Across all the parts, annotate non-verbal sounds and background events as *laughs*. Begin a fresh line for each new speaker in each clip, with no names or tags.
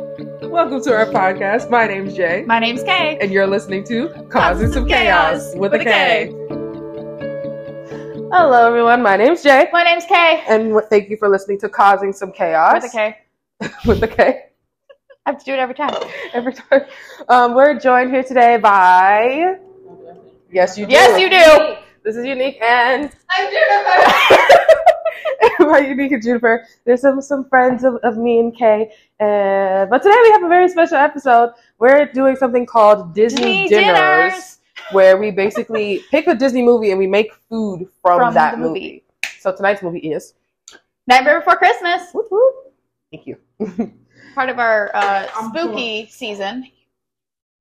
Welcome to our podcast. My name's Jay,
My name's Kay.
and you're listening to Causes of Chaos with a K. Hello, everyone. My name's Jay,
My name's Kay.
and w- thank you for listening to Causing Some Chaos
With a K.
With a K. *laughs*
I have to do it every time.
Every time. Um, we're joined here today by. Yes, you do.
Yes, you do.
This is unique and
I'm
*laughs*
Juniper.
by unique and Juniper. There's some some friends of, of me and Kay, uh, but today we have a very special episode. We're doing something called Disney,
Disney dinners.
where we basically *laughs* pick a Disney movie and we make food from,
From
that
the
movie.
movie.
So tonight's movie is
Nightmare Before Christmas,
whoop, whoop. Thank you.
part of our uh, spooky season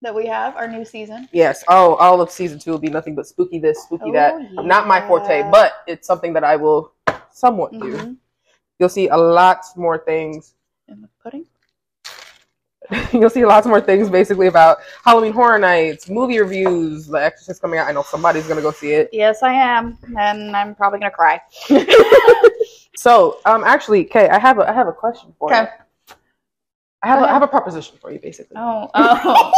that we have, our new season.
Yes. Oh, all of season two will be nothing but spooky this, spooky that.
Oh,
Not my forte,
yeah.
but it's something that I will somewhat do.
Mhm.
You'll see a lot more things
And the pudding.
*laughs* You'll see lots more things basically about Halloween Horror Nights, movie reviews, The Exorcist coming out. I know somebody's gonna go see it.
Yes, I am, and I'm probably gonna cry.
So, um, actually, Kay, I have a I have a question for you.
Okay.
I have
Go
a, I
ahead.
have a proposition for you, basically. *laughs*
Oh, oh,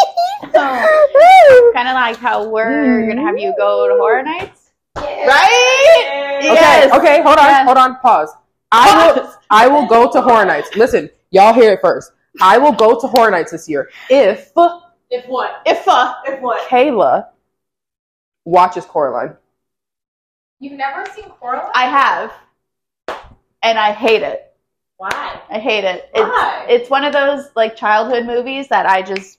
*laughs* kind of like how we're gonna have you go to horror nights, right?
okay,
Yes.
okay, hold on,
Yes.
hold on, pause. I will I will go to Horror Nights. Listen, y'all hear it first. I will go to Horror Nights this year if
If what?
If uh,
If what?
Kayla watches Coraline.
You've never seen Coraline?
I have, and I hate it.
Why?
I hate it.
Why?
It's it's one of those like childhood movies that I just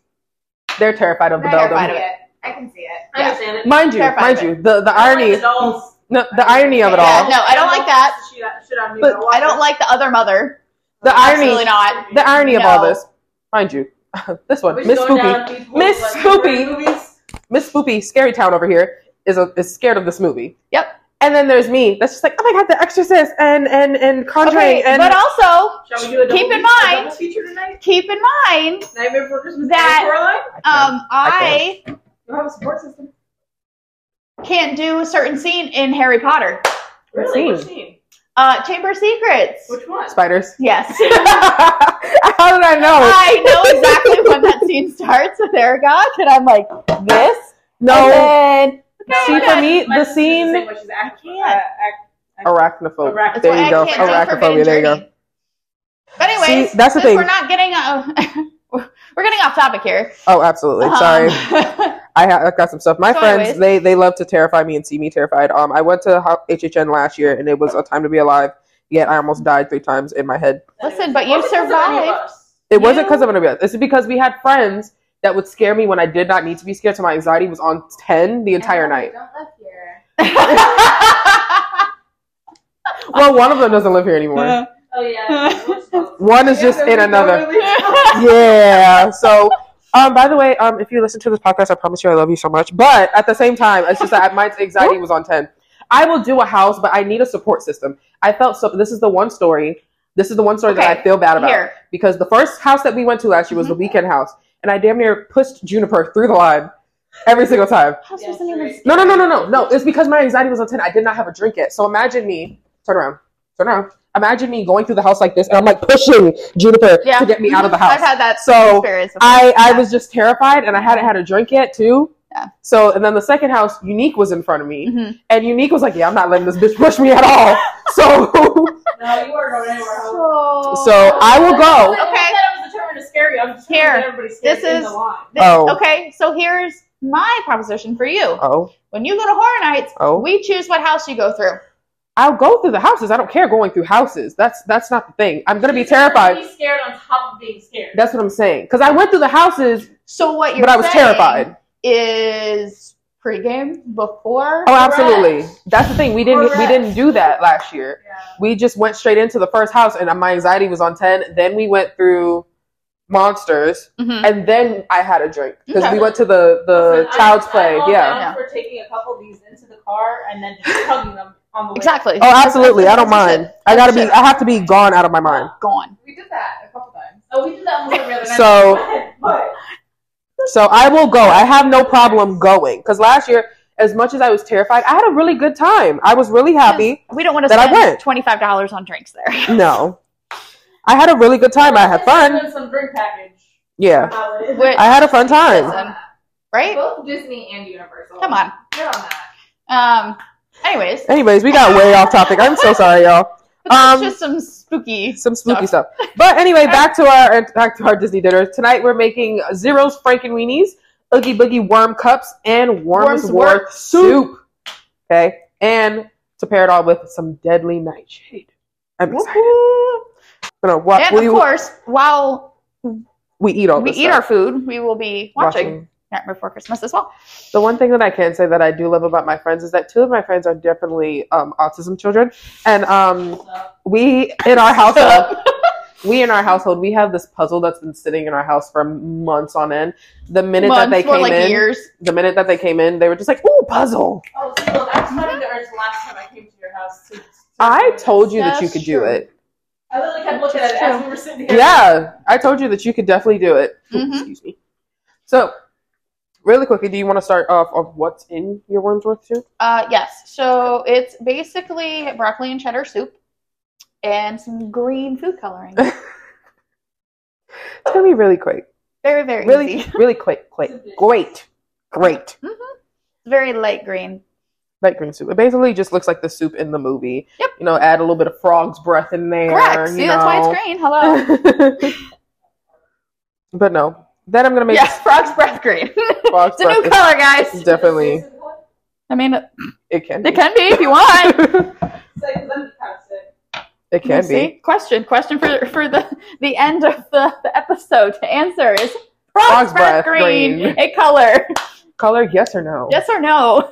They're terrified of the
They're
Beldam.
terrified of it.
I can see it.
Yeah.
I understand it.
Mind you,
Terrified
mind
of
you, the, the irony
Adults.
no, the irony of it
Yeah,
all.
no, I don't like that.
Shit on- shit on me,
but I don't like the other mother.
The irony,
Absolutely not.
the irony of all
No.
this, mind you, *laughs* this one,
We're
Miss
going
Spoopy,
down these
Miss
like,
Spoopy.
movies.
Miss Spoopy, Scary Town over here is a, is scared of this movie.
Yep.
And then there's me. That's just like, oh my god, The Exorcist and and and Conjuring
Okay,
and
but uh, also
Shall we do a double
Keep in
feature- a
mind-
double feature tonight?
keep in mind,
Nightmare Before Christmas
That-
and Coraline?
um, I
You have a support system.
can't do a certain scene in Harry Potter.
Really?
scene?
Which scene?
Uh, Chamber of Secrets.
Which one? *laughs*
spiders. *laughs*
Yes.
How did I know?
I know exactly when that scene starts with Aragog, and I'm like, Uh, this? And
no,
then,
see for me the scene
Which is act-
can't.
uh, act-
arachnophobe.
Arachnophobe.
There
why
you
I
go,
can't do
arachnophobia.
Forbidden
There you go.
Journey. But anyways,
See, that's the
since
thing.
We're not getting uh, *laughs* we're getting off topic here.
Oh, absolutely. Sorry.
Um, *laughs*
I, ha- I got some stuff. My
So
friends,
anyways.
they they love to terrify me and see me terrified. Um, I went to ho- HHN last year, and it was a time to be alive. Yet I almost died three times in my head.
Listen, but
Well,
you
because of any of
survived.
us.
It wasn't
You-
because of an abuse. It's because we had friends that would scare me when I did not need to be scared. So my anxiety was on ten the entire night.
Don't live here.
Well, one of them doesn't live here anymore.
Oh yeah.
One is just
Yeah,
in
there's no
another.
release.
Yeah. So. Um, by the way, um, if you listen to this podcast, I promise you I love you so much. But at the same time, it's just that my anxiety was on 10. I will do a house, but I need a support system. I felt so. This is the one story. This is the one story that I
Okay,
feel bad about.
Here, Mm-hmm.
Because the first house that we went to last year was the weekend house. And I damn near pushed Juniper through the line every single time.
house
Yeah,
wasn't
right.
even.
No, no, no, no, no. No, it's because my anxiety was on 10. I did not have a drink yet. So imagine me. Turn around. Turn around. Imagine me going through the house like this and I'm like pushing Juniper
Yeah.
to get me out of the house.
I've had that
So,
experience. before.
I, I
Yeah.
was just terrified and I hadn't had a drink yet too.
Yeah.
So and then the second house, Unique was in front of me.
Mhm.
And Unique was like, Yeah, I'm not letting this bitch push me at all.
*laughs*
So
No, you are going anywhere
So,
else.
so I will go.
I said I was determined to scare you. I'm just
Here.
trying to get everybody scared
This
in
is-
the line.
Th-
Oh.
Okay, so here's my proposition for you.
Oh,
When you go to horror nights,
oh.
we choose what house you go through.
I'll go through the houses. I don't care going through houses. That's that's not the thing. I'm gonna be terrified.
Be scared on top of being scared.
That's what I'm saying. Because I went through the houses,
So what you're
but I was
saying
terrified.
is pregame before.
Oh, absolutely. That's the thing. We didn't we didn't do that last year. We just went straight into the first house, and my anxiety was on ten. Then we went through monsters.
Mhm.
and then I had a drink because
Okay.
we went to the the
Listen,
Uh, child's
I'm,
play.
I'm all
yeah.
down for taking a couple of these into the car and then just hugging them on the way.
Exactly.
Oh, absolutely. I don't
That's what
mind.
said.
I gotta be.
That's
I have to be gone out of my mind.
Gone.
We did that a couple times. Oh, we did that almost every other night.
So-
but
So I will go. I have no problem going because last year, as much as I was terrified, I had a really good time. I was really happy.
We don't want to
That I went.
spend twenty five
*laughs*
dollars on drinks there. *laughs*
No, I had a really good time. I had
It's
fun.
been Some drink package.
Yeah.
How it is.
We're-
I had a fun time.
Listen, right?
Both Disney and Universal.
Come on.
Get on that.
Um. Anyways,
Anyways, we got way off topic. I'm so sorry, y'all.
but that's
Um,
just some spooky.
Some spooky stuff. But anyway, back to our er, back to our Disney dinner. Tonight we're making Zero's Franken Weenies, Oogie Boogie Worm Cups, and Wormsworth
Wormsworth
soup. Okay. And to pair it all with some deadly nightshade. I'm excited. Gonna wa-
And
we,
of course, while
we eat all
we
this
eat
stuff.
our food, we will be watching Nightmare Before Christmas as well.
The one thing that I can say that I do love about my friends is that two of my friends are definitely um, autism children, and um, we in our
*laughs*
household, we in our household, we have this puzzle that's been sitting in our house for months on end. The minute that they
Months, more
came
like
in,
years.
the minute that they came in, they were just like, "Ooh, puzzle!
Oh, see, look, I started the urge last time I came to your house. To, to
I told you that you
That's
could do
true.
it.
I literally kept looking at it as we were sitting here.
Yeah, I told you that you could definitely do it."
Mhm.
Excuse me. So, really quickly, do you want to start off of what's in your Wormsworth soup?
Uh, yes. So it's basically broccoli and cheddar soup and some green
*laughs*
food coloring.
It's gonna be really quick.
Very, very
really,
easy.
really quick, quick, great, great.
Very light green.
Light green soup. It basically just looks like the soup in the movie.
Yep.
You know, add a little bit of frog's breath in there.
Correct. See,
you
that's why
know.
it's green.
*laughs*
Hello.
but no. Then I'm gonna make
yes, frog's breath green. *laughs*
frog's
it's a new
breath.
color, guys.
It's
*laughs*
definitely,
I mean, it
it can. Be.
can be if
*laughs*
you want.
It's like, 'cause I'm kind of sick.
it can
See?
be.
Question. Question for for the the end of the, the episode. To answer is
Frog's
frog's
breath
breath green,
green.
a
*laughs*
color.
Color, yes or no?
Yes or no?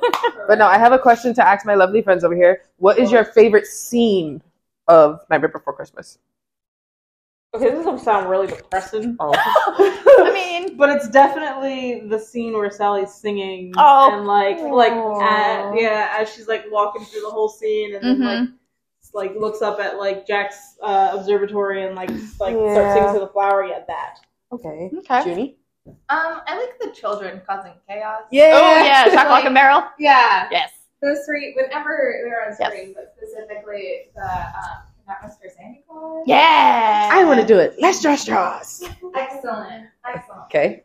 But no, I have a question to ask my lovely friends over here. What is your favorite scene of Nightmare Before Christmas?
Okay, this is gonna sound
*laughs*
really depressing.
Oh,
I mean,
But it's definitely the scene where Sally's singing
Oh.
and like like
Aw.
at, yeah, as she's like walking through the whole scene and then like s- like looks up at like Jack's uh, observatory and like s- like
Yeah.
starts singing to the flower. Yeah, that.
okay.
*laughs* okay.
Junie?
Um, I like the children causing chaos.
Oh *laughs* yeah, talk like a barrel.
Yeah.
Yes.
Those three, whenever they're on
Yes.
screen, but specifically the um, not Mr. Santa Claus.
Yeah.
do it. Let's draw straws.
Excellent. Excellent.
Okay.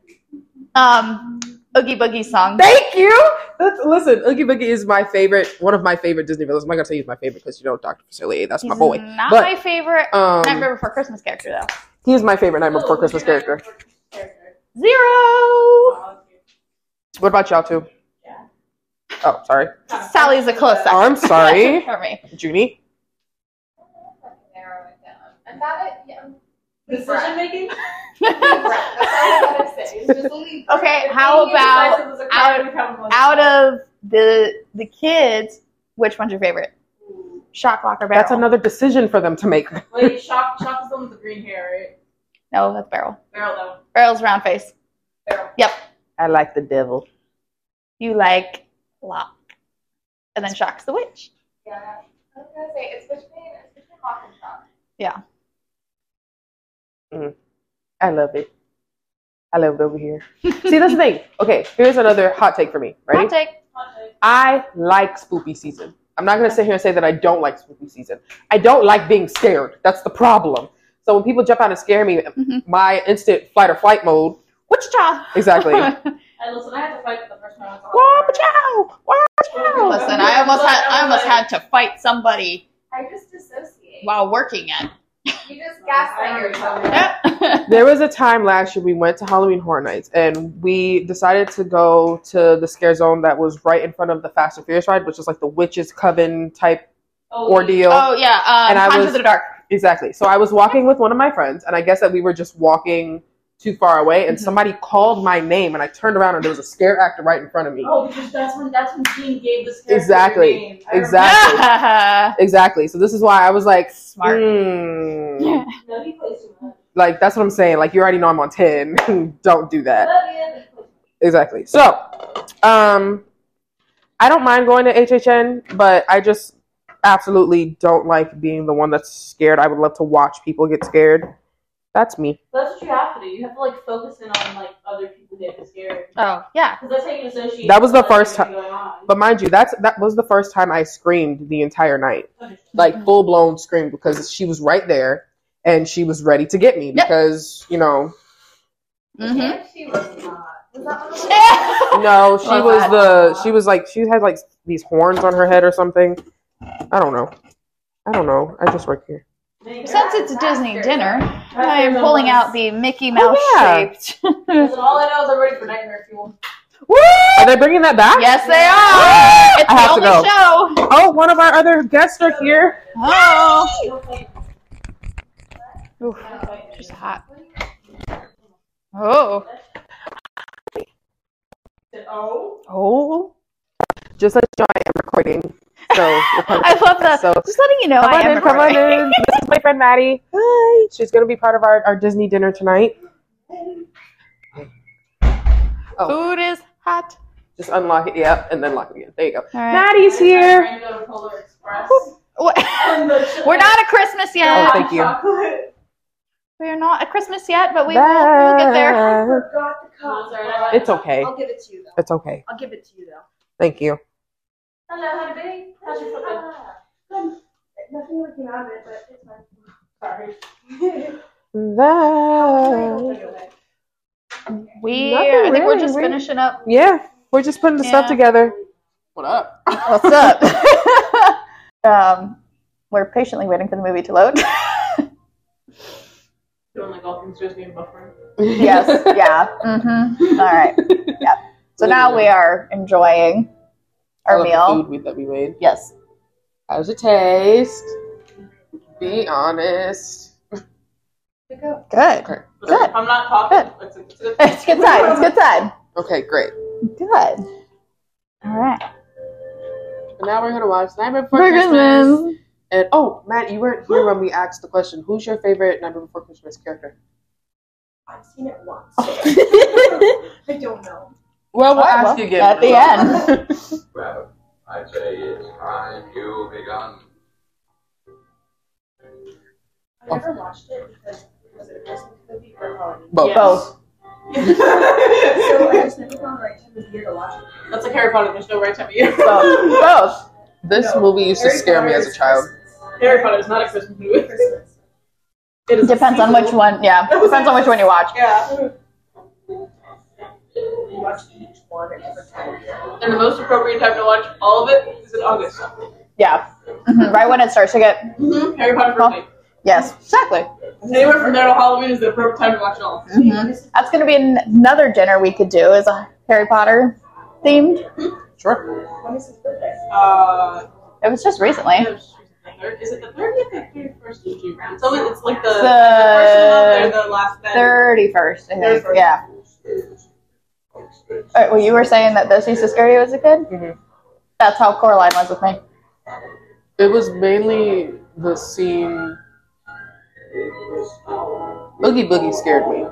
um Oogie Boogie song.
Thank you. That's, listen, Oogie Boogie is my favorite, one of my favorite Disney villains. I'm not gonna tell you he's my favorite because you know Dr. Facilier, that's my
He's
boy.
Not
But-
my favorite
Um,
Nightmare Before Christmas character though.
he's my favorite Nightmare Before
Oh,
Christmas
Nightmare
character.
Before Christmas character.
Zero.
Wow, that's cute.
What about y'all two?
Yeah.
Oh, sorry,
Sally's a close second. *laughs*
I'm sorry,
For me.
Junie.
Narrow it down. And that, yeah.
Decision making.
Okay, how about Out of the the kids, which one's your favorite? Shock Locker Barrel.
That's another decision for them to make.
Wait, shock shock is the one with the green hair,
No, that's Barrel.
right? Barrel though.
Barrel's round face.
Barrel.
I like the devil.
You like Lock. And then Shock's the witch.
Yeah. I was gonna say it's between it's between Hawk and Shock.
I love it. I love it over here. *laughs* See, that's the thing. Okay, here's another hot take for me. Ready?
I'll take
I like spooky season. I'm not gonna sit here and say that I don't like spooky season. I don't like being scared. That's the problem. So when people jump out and scare me,
Mhm.
my instant flight or flight mode.
*laughs* Wichita.
Exactly.
And listen, I had to fight for the first time. I was on
Wah,
the
pachow! Wah.
floor.
Listen, I almost had I almost had to fight somebody
I just dissociate.
while working at.
You just gaslight yourself.
*laughs*
Yep.
There was a time last year we went to Halloween Horror Nights and we decided to go to the scare zone that was right in front of the Fast and Furious ride, which is like the witches coven type
Oh,
ordeal.
oh yeah, um,
And I
Conjure
was-
the Dark.
Exactly. So I was walking with one of my friends, and I guess that we were just walking too far away, and
Mhm.
somebody called my name, and I turned around, and there was a scare actor right in front of me.
Oh, because that's when that's when Gene gave this character
Exactly.
your name. I remember-
Exact- *laughs* Exactly. So this is why I was like,
*laughs* Smart.
"Hmm."
No, he plays too much.
like that's what I'm saying. Like you already know I'm on ten. *laughs* Don't do that.
Love you.
Exactly. So, um, I don't mind going to HHN, but I just absolutely don't like being the one that's scared. I would love to watch people get scared. That's me.
That's what you have to do. You have to like focus in on like other people getting scared.
oh yeah.
Because that's how you associate.
That was the
with other
first
things going on.
But mind you, that's that was the first time I screamed the entire night,
Mm-hmm.
like full blown scream, because she was right there and she was ready to get me
Yep.
because you know
Mm-hmm.
And she was not. Was that one of the
Yeah. *laughs*
No, she
Love
was
that.
the she was like she had like these horns on her head or something. I don't know. I don't know. I just work here.
*laughs* Since it's a Disney dinner, I am pulling out the Mickey Mouse
Oh, yeah.
shaped.
*laughs*
Because all I know is I'm ready for Nightmare Fuel.
Woo!
Are they bringing that back?
Yes, they are. It's
I have
the
to
only
go.
show.
Oh, one of our other guests are here.
Oh, Oof,
What?
she's hot. Oh,
Oh,
Oh, just let you know I am recording.
*laughs*
So we're part of-
I love that.
So
Just letting you know,
come
I
on
am
in, come on
recording.
in. This is my friend Maddie. Hi. She's gonna be part of our, our Disney dinner tonight.
Food is hot.
Just unlock it, yep, and then lock it again. There you go.
All right.
Maddie's here.
Trying to go to Polar Express.
*laughs* What- We're not at Christmas
Oh,
yet.
thank you.
chocolate.
We are not at Christmas yet, but we will we'll get there.
I
Bye.
forgot the
Mozzarella.
It's okay.
I'll give it to you though.
It's okay.
I'll give it to you though.
Thank you.
Hello, how baby. How's your foot been?
Nothing really came out of it, but it's fine. Sorry.
That.
We
Nothing
I think we're
really,
just
we-
finishing up.
Yeah, we're just putting the
Yeah.
stuff together. What up? *laughs*
What's up? *laughs* um, we're patiently waiting for the movie
*laughs*
to load.
Doing like all things just being buffering.
yes.
*laughs*
Yeah. Mm-hmm. All right. Yep. So now we are enjoying our meal.
food we, that we made.
Yes. *laughs*
How's it taste? Be honest.
Good.
Okay.
Good.
I'm not talking. It's a, it's a *laughs*
It's good time. It's good time.
Okay, great.
Good. All right.
And now we're gonna watch Nightmare Before Christmas. And oh, Matt, you weren't here when we asked the question. Who's your favorite Nightmare Before Christmas character?
I've seen it
*laughs*
once. I don't know.
Well,
Oh, we'll ask you again. At the end.
Well, I'd say it's time you begun.
I never watched it because was it a Christmas movie or a holiday?
*laughs* Both.
Yes.
Both.
so I just never found the right time of year to watch it. That's like Harry Potter. There's no right time of year.
*laughs*
Both. Both.
This
No.
movie used to scare me as a child.
Harry Potter is not a Christmas movie. It is a
Depends on which
sequel.
one. Yeah. Depends on which one you watch.
Yeah. You watch each one at different times. And the most appropriate time to watch all of it is in August.
Yeah. Mhm. Right when it starts to get.
Mm-hmm. Harry Potter
Huh.
for me.
Yes. Exactly.
Anywhere from there to Halloween is the appropriate time to watch it all.
Mhm. That's gonna be an- another dinner we could do is a Harry Potter themed.
Sure.
When is his birthday? Uh,
It was just recently.
is it the 30th or 31st of June? It's, always, it's like the,
The-
the first one or the last then.
Thirty first, I think.
31st.
Yeah. All right, well, you were saying that those used to scare you as a kid.
Mm-hmm.
Mhm.
That's how Coraline was with me.
It was mainly the scene. Oogie Boogie scared me,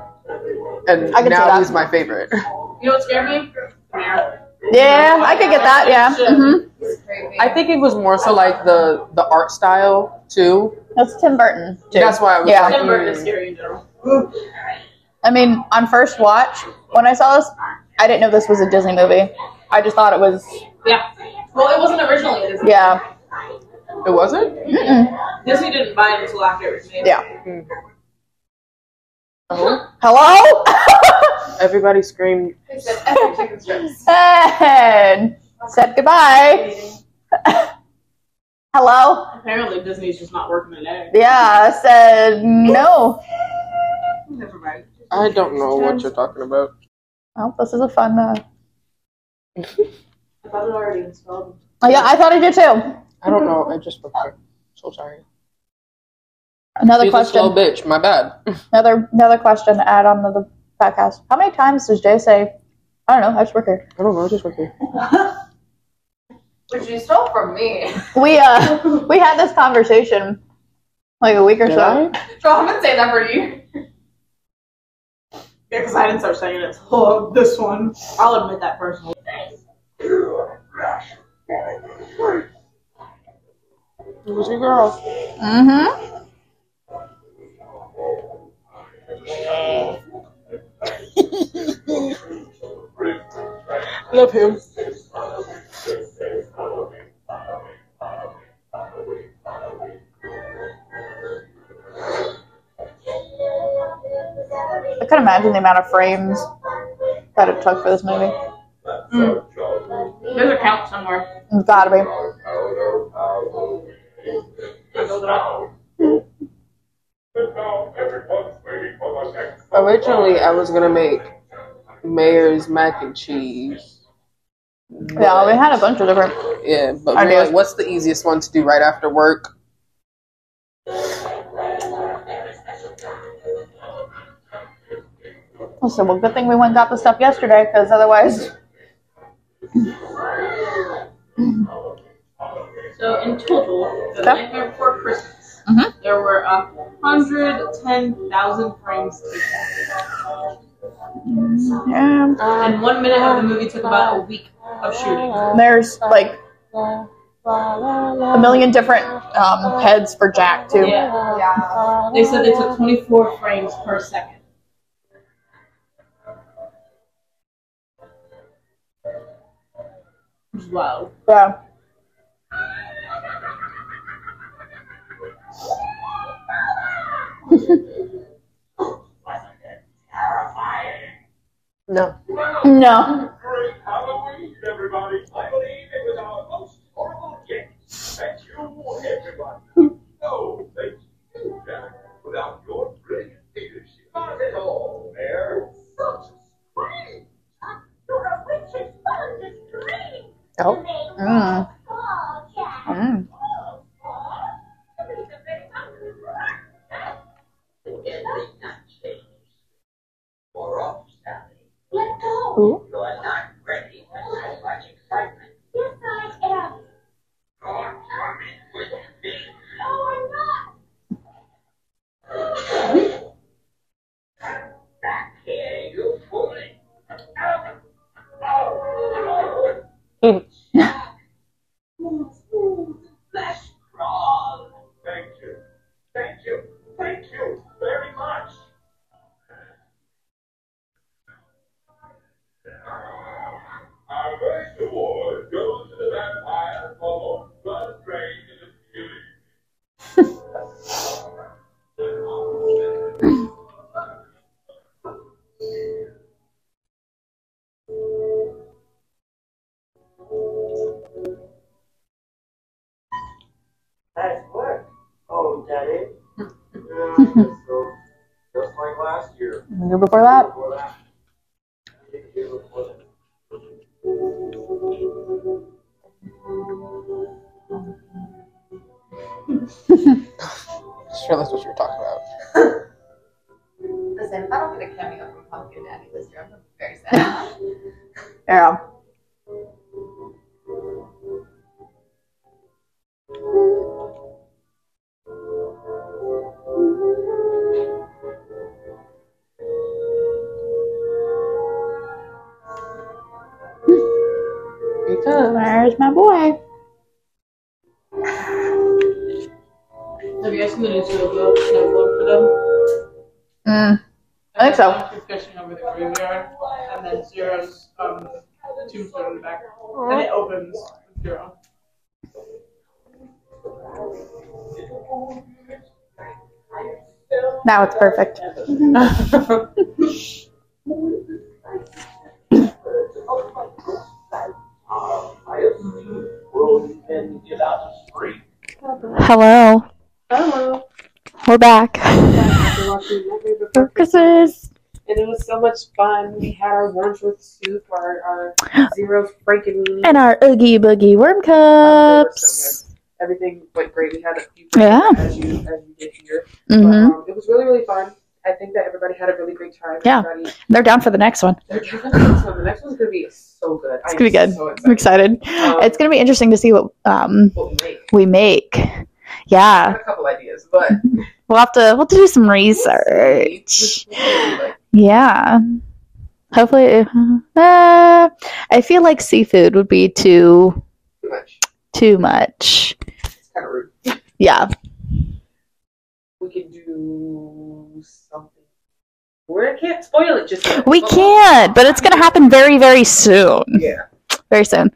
and
I can see
now
that.
he's my favorite.
You know what scared me? The mirror.
Yeah, I could get that. Yeah. hmm
It's creepy.
I think it was more so like the the art style too.
That's Tim Burton. Too.
That's why I was
Yeah.
like,
Tim Burton is
mm.
scary in general.
I mean, on first watch, when I saw this, I didn't know this was a Disney movie. I just thought it was.
Yeah. Well, it wasn't originally Disney.
Yeah.
it wasn't.
Mm-mm.
Disney didn't buy it until after it was made.
Yeah.
Oh,
Hello. *laughs*
everybody screamed.
They said
*laughs*
epic chicken strips.
and said goodbye. *laughs* Hello.
Apparently, Disney's just not working today.
Yeah. I Said no.
Never mind.
I don't know what you're talking about.
Well, this is a fun. Uh...
I thought it already installed.
oh, yeah, I thought I did too.
I don't know. I just forgot. So sorry.
Another
She's
question.
a slow bitch. My bad.
Another another question to add on to the podcast. How many times does Jay say, I don't know, I just work here?
I don't know. I just went here.
Which you stole from me.
We uh *laughs* we had this conversation like a week or
Did
so.
I?
So I'm gonna say that for you.
Yeah, because I didn't start saying it until *laughs* this one. I'll admit that personally.
It was your girl.
Mm-hmm.
Love him.
The
could imagine the amount of frames that it took for this movie.
Mm.
There's a count somewhere.
It's gotta be.
Originally, I was gonna make Mayor's mac and cheese.
Yeah, we had a bunch of different.
Yeah, but
I
we were
did.
like, what's the easiest one to do right after work?
So, well, good thing we went and got the stuff yesterday, because otherwise,
So in total, the
Okay.
Nightmare Before Christmas,
Mhm.
there were a hundred ten thousand frames,
yeah,
and one minute of the movie took about a week of shooting.
there's like a million different um, heads for Jack too.
Yeah,
Um,
Yeah.
they said they took twenty four frames per second. Which is wild.
Yeah.
No.
Hmm.
No.
Great Halloween, everybody. I believe it was our most horrible yet. Thank you, everyone. no, thank you, Jack. Without your brilliant leadership, not at all, Mayor.
Oh.
Mm. Mm.
Or off, Sally.
Ooh.
You're not ready for so much excitement. You're coming with me. Back here, you fooling. Let's crawl. Thank you. Thank you. Thank you very much. Our first award goes to the vampire for blood drain in the beauty.
Nice work, old daddy. So, Just like last year.
The year before that.
Before that. The year before that.
Just realized what you were talking about.
Listen, if I don't get a cameo from Pumpkin Daddy this year, I'm gonna be
*laughs*
very sad.
Yeah.
Because
There's my boy.
Have you guys seen the new snowblow snowblow for them?
Mm. I think so.
Keep fishing over the graveyard, and then Zero's um, tombstone in the back, and it opens with Zero.
Now it's perfect.
Uh,
I have seen roads and get out of the street.
Hello.
Hello.
We're back. Christmas.
And it was so much fun. We had our Wormsworth soup, our, our
*gasps*
zero franken,
And our Oogie Boogie Worm Cups.
everything went great. We had a few
Yeah.
as you as you did here.
hmm
But, um, it was really really fun. I think that everybody had a really great time.
Yeah.
Everybody,
They're down for the next one.
they're trying to do this one. the next one's gonna be so good.
It's gonna be good.
So excited. Um,
I'm excited. It's going to be interesting to see what um,
What we make.
we make.
I
Yeah.
have a couple ideas, but
We'll have to we'll have to do some research. Yeah. Hopefully uh, I feel like seafood would be too
Too much.
too much.
It's kind of rude.
Yeah.
We could do something. We're, I can't spoil it just yet.
We can't, but it's going to happen very very soon.
Yeah.
Very soon.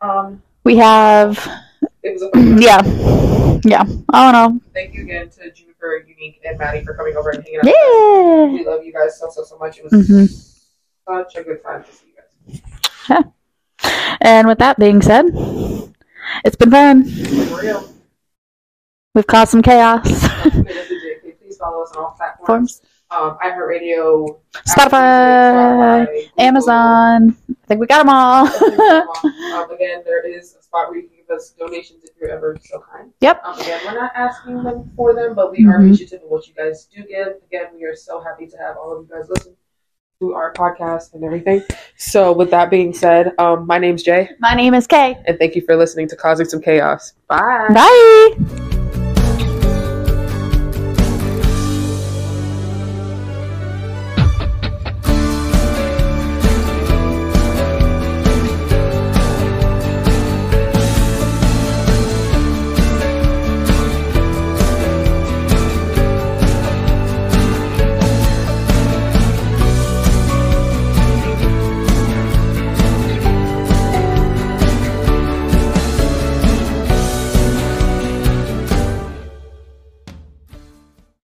Um,
We have
it was a fun
yeah, yeah. I don't know.
Thank you again to Juniper for Unique and Maddie for coming over and hanging out. with us.
Yeah.
We love you guys so so so much. It was
Mhm.
such a good time to see you guys.
And with that being said, it's been fun.
For real.
We've caused some chaos. *laughs*
Please follow us on all platforms.
Forms.
Um, iHeartRadio,
Spotify,
Google.
Amazon. I think we got them all. *laughs*
um, again, there is a spot where you can give us donations if you're ever so kind.
Yep.
Um, again, we're not asking them for them, but we are
Mhm.
appreciative of what you guys do give. Again, we are so happy to have all of you guys listen to our podcast and everything. So, with that being said, um, my name's Jay,
My name is Kay.
and thank you for listening to Causing Some Chaos. Bye.
Bye.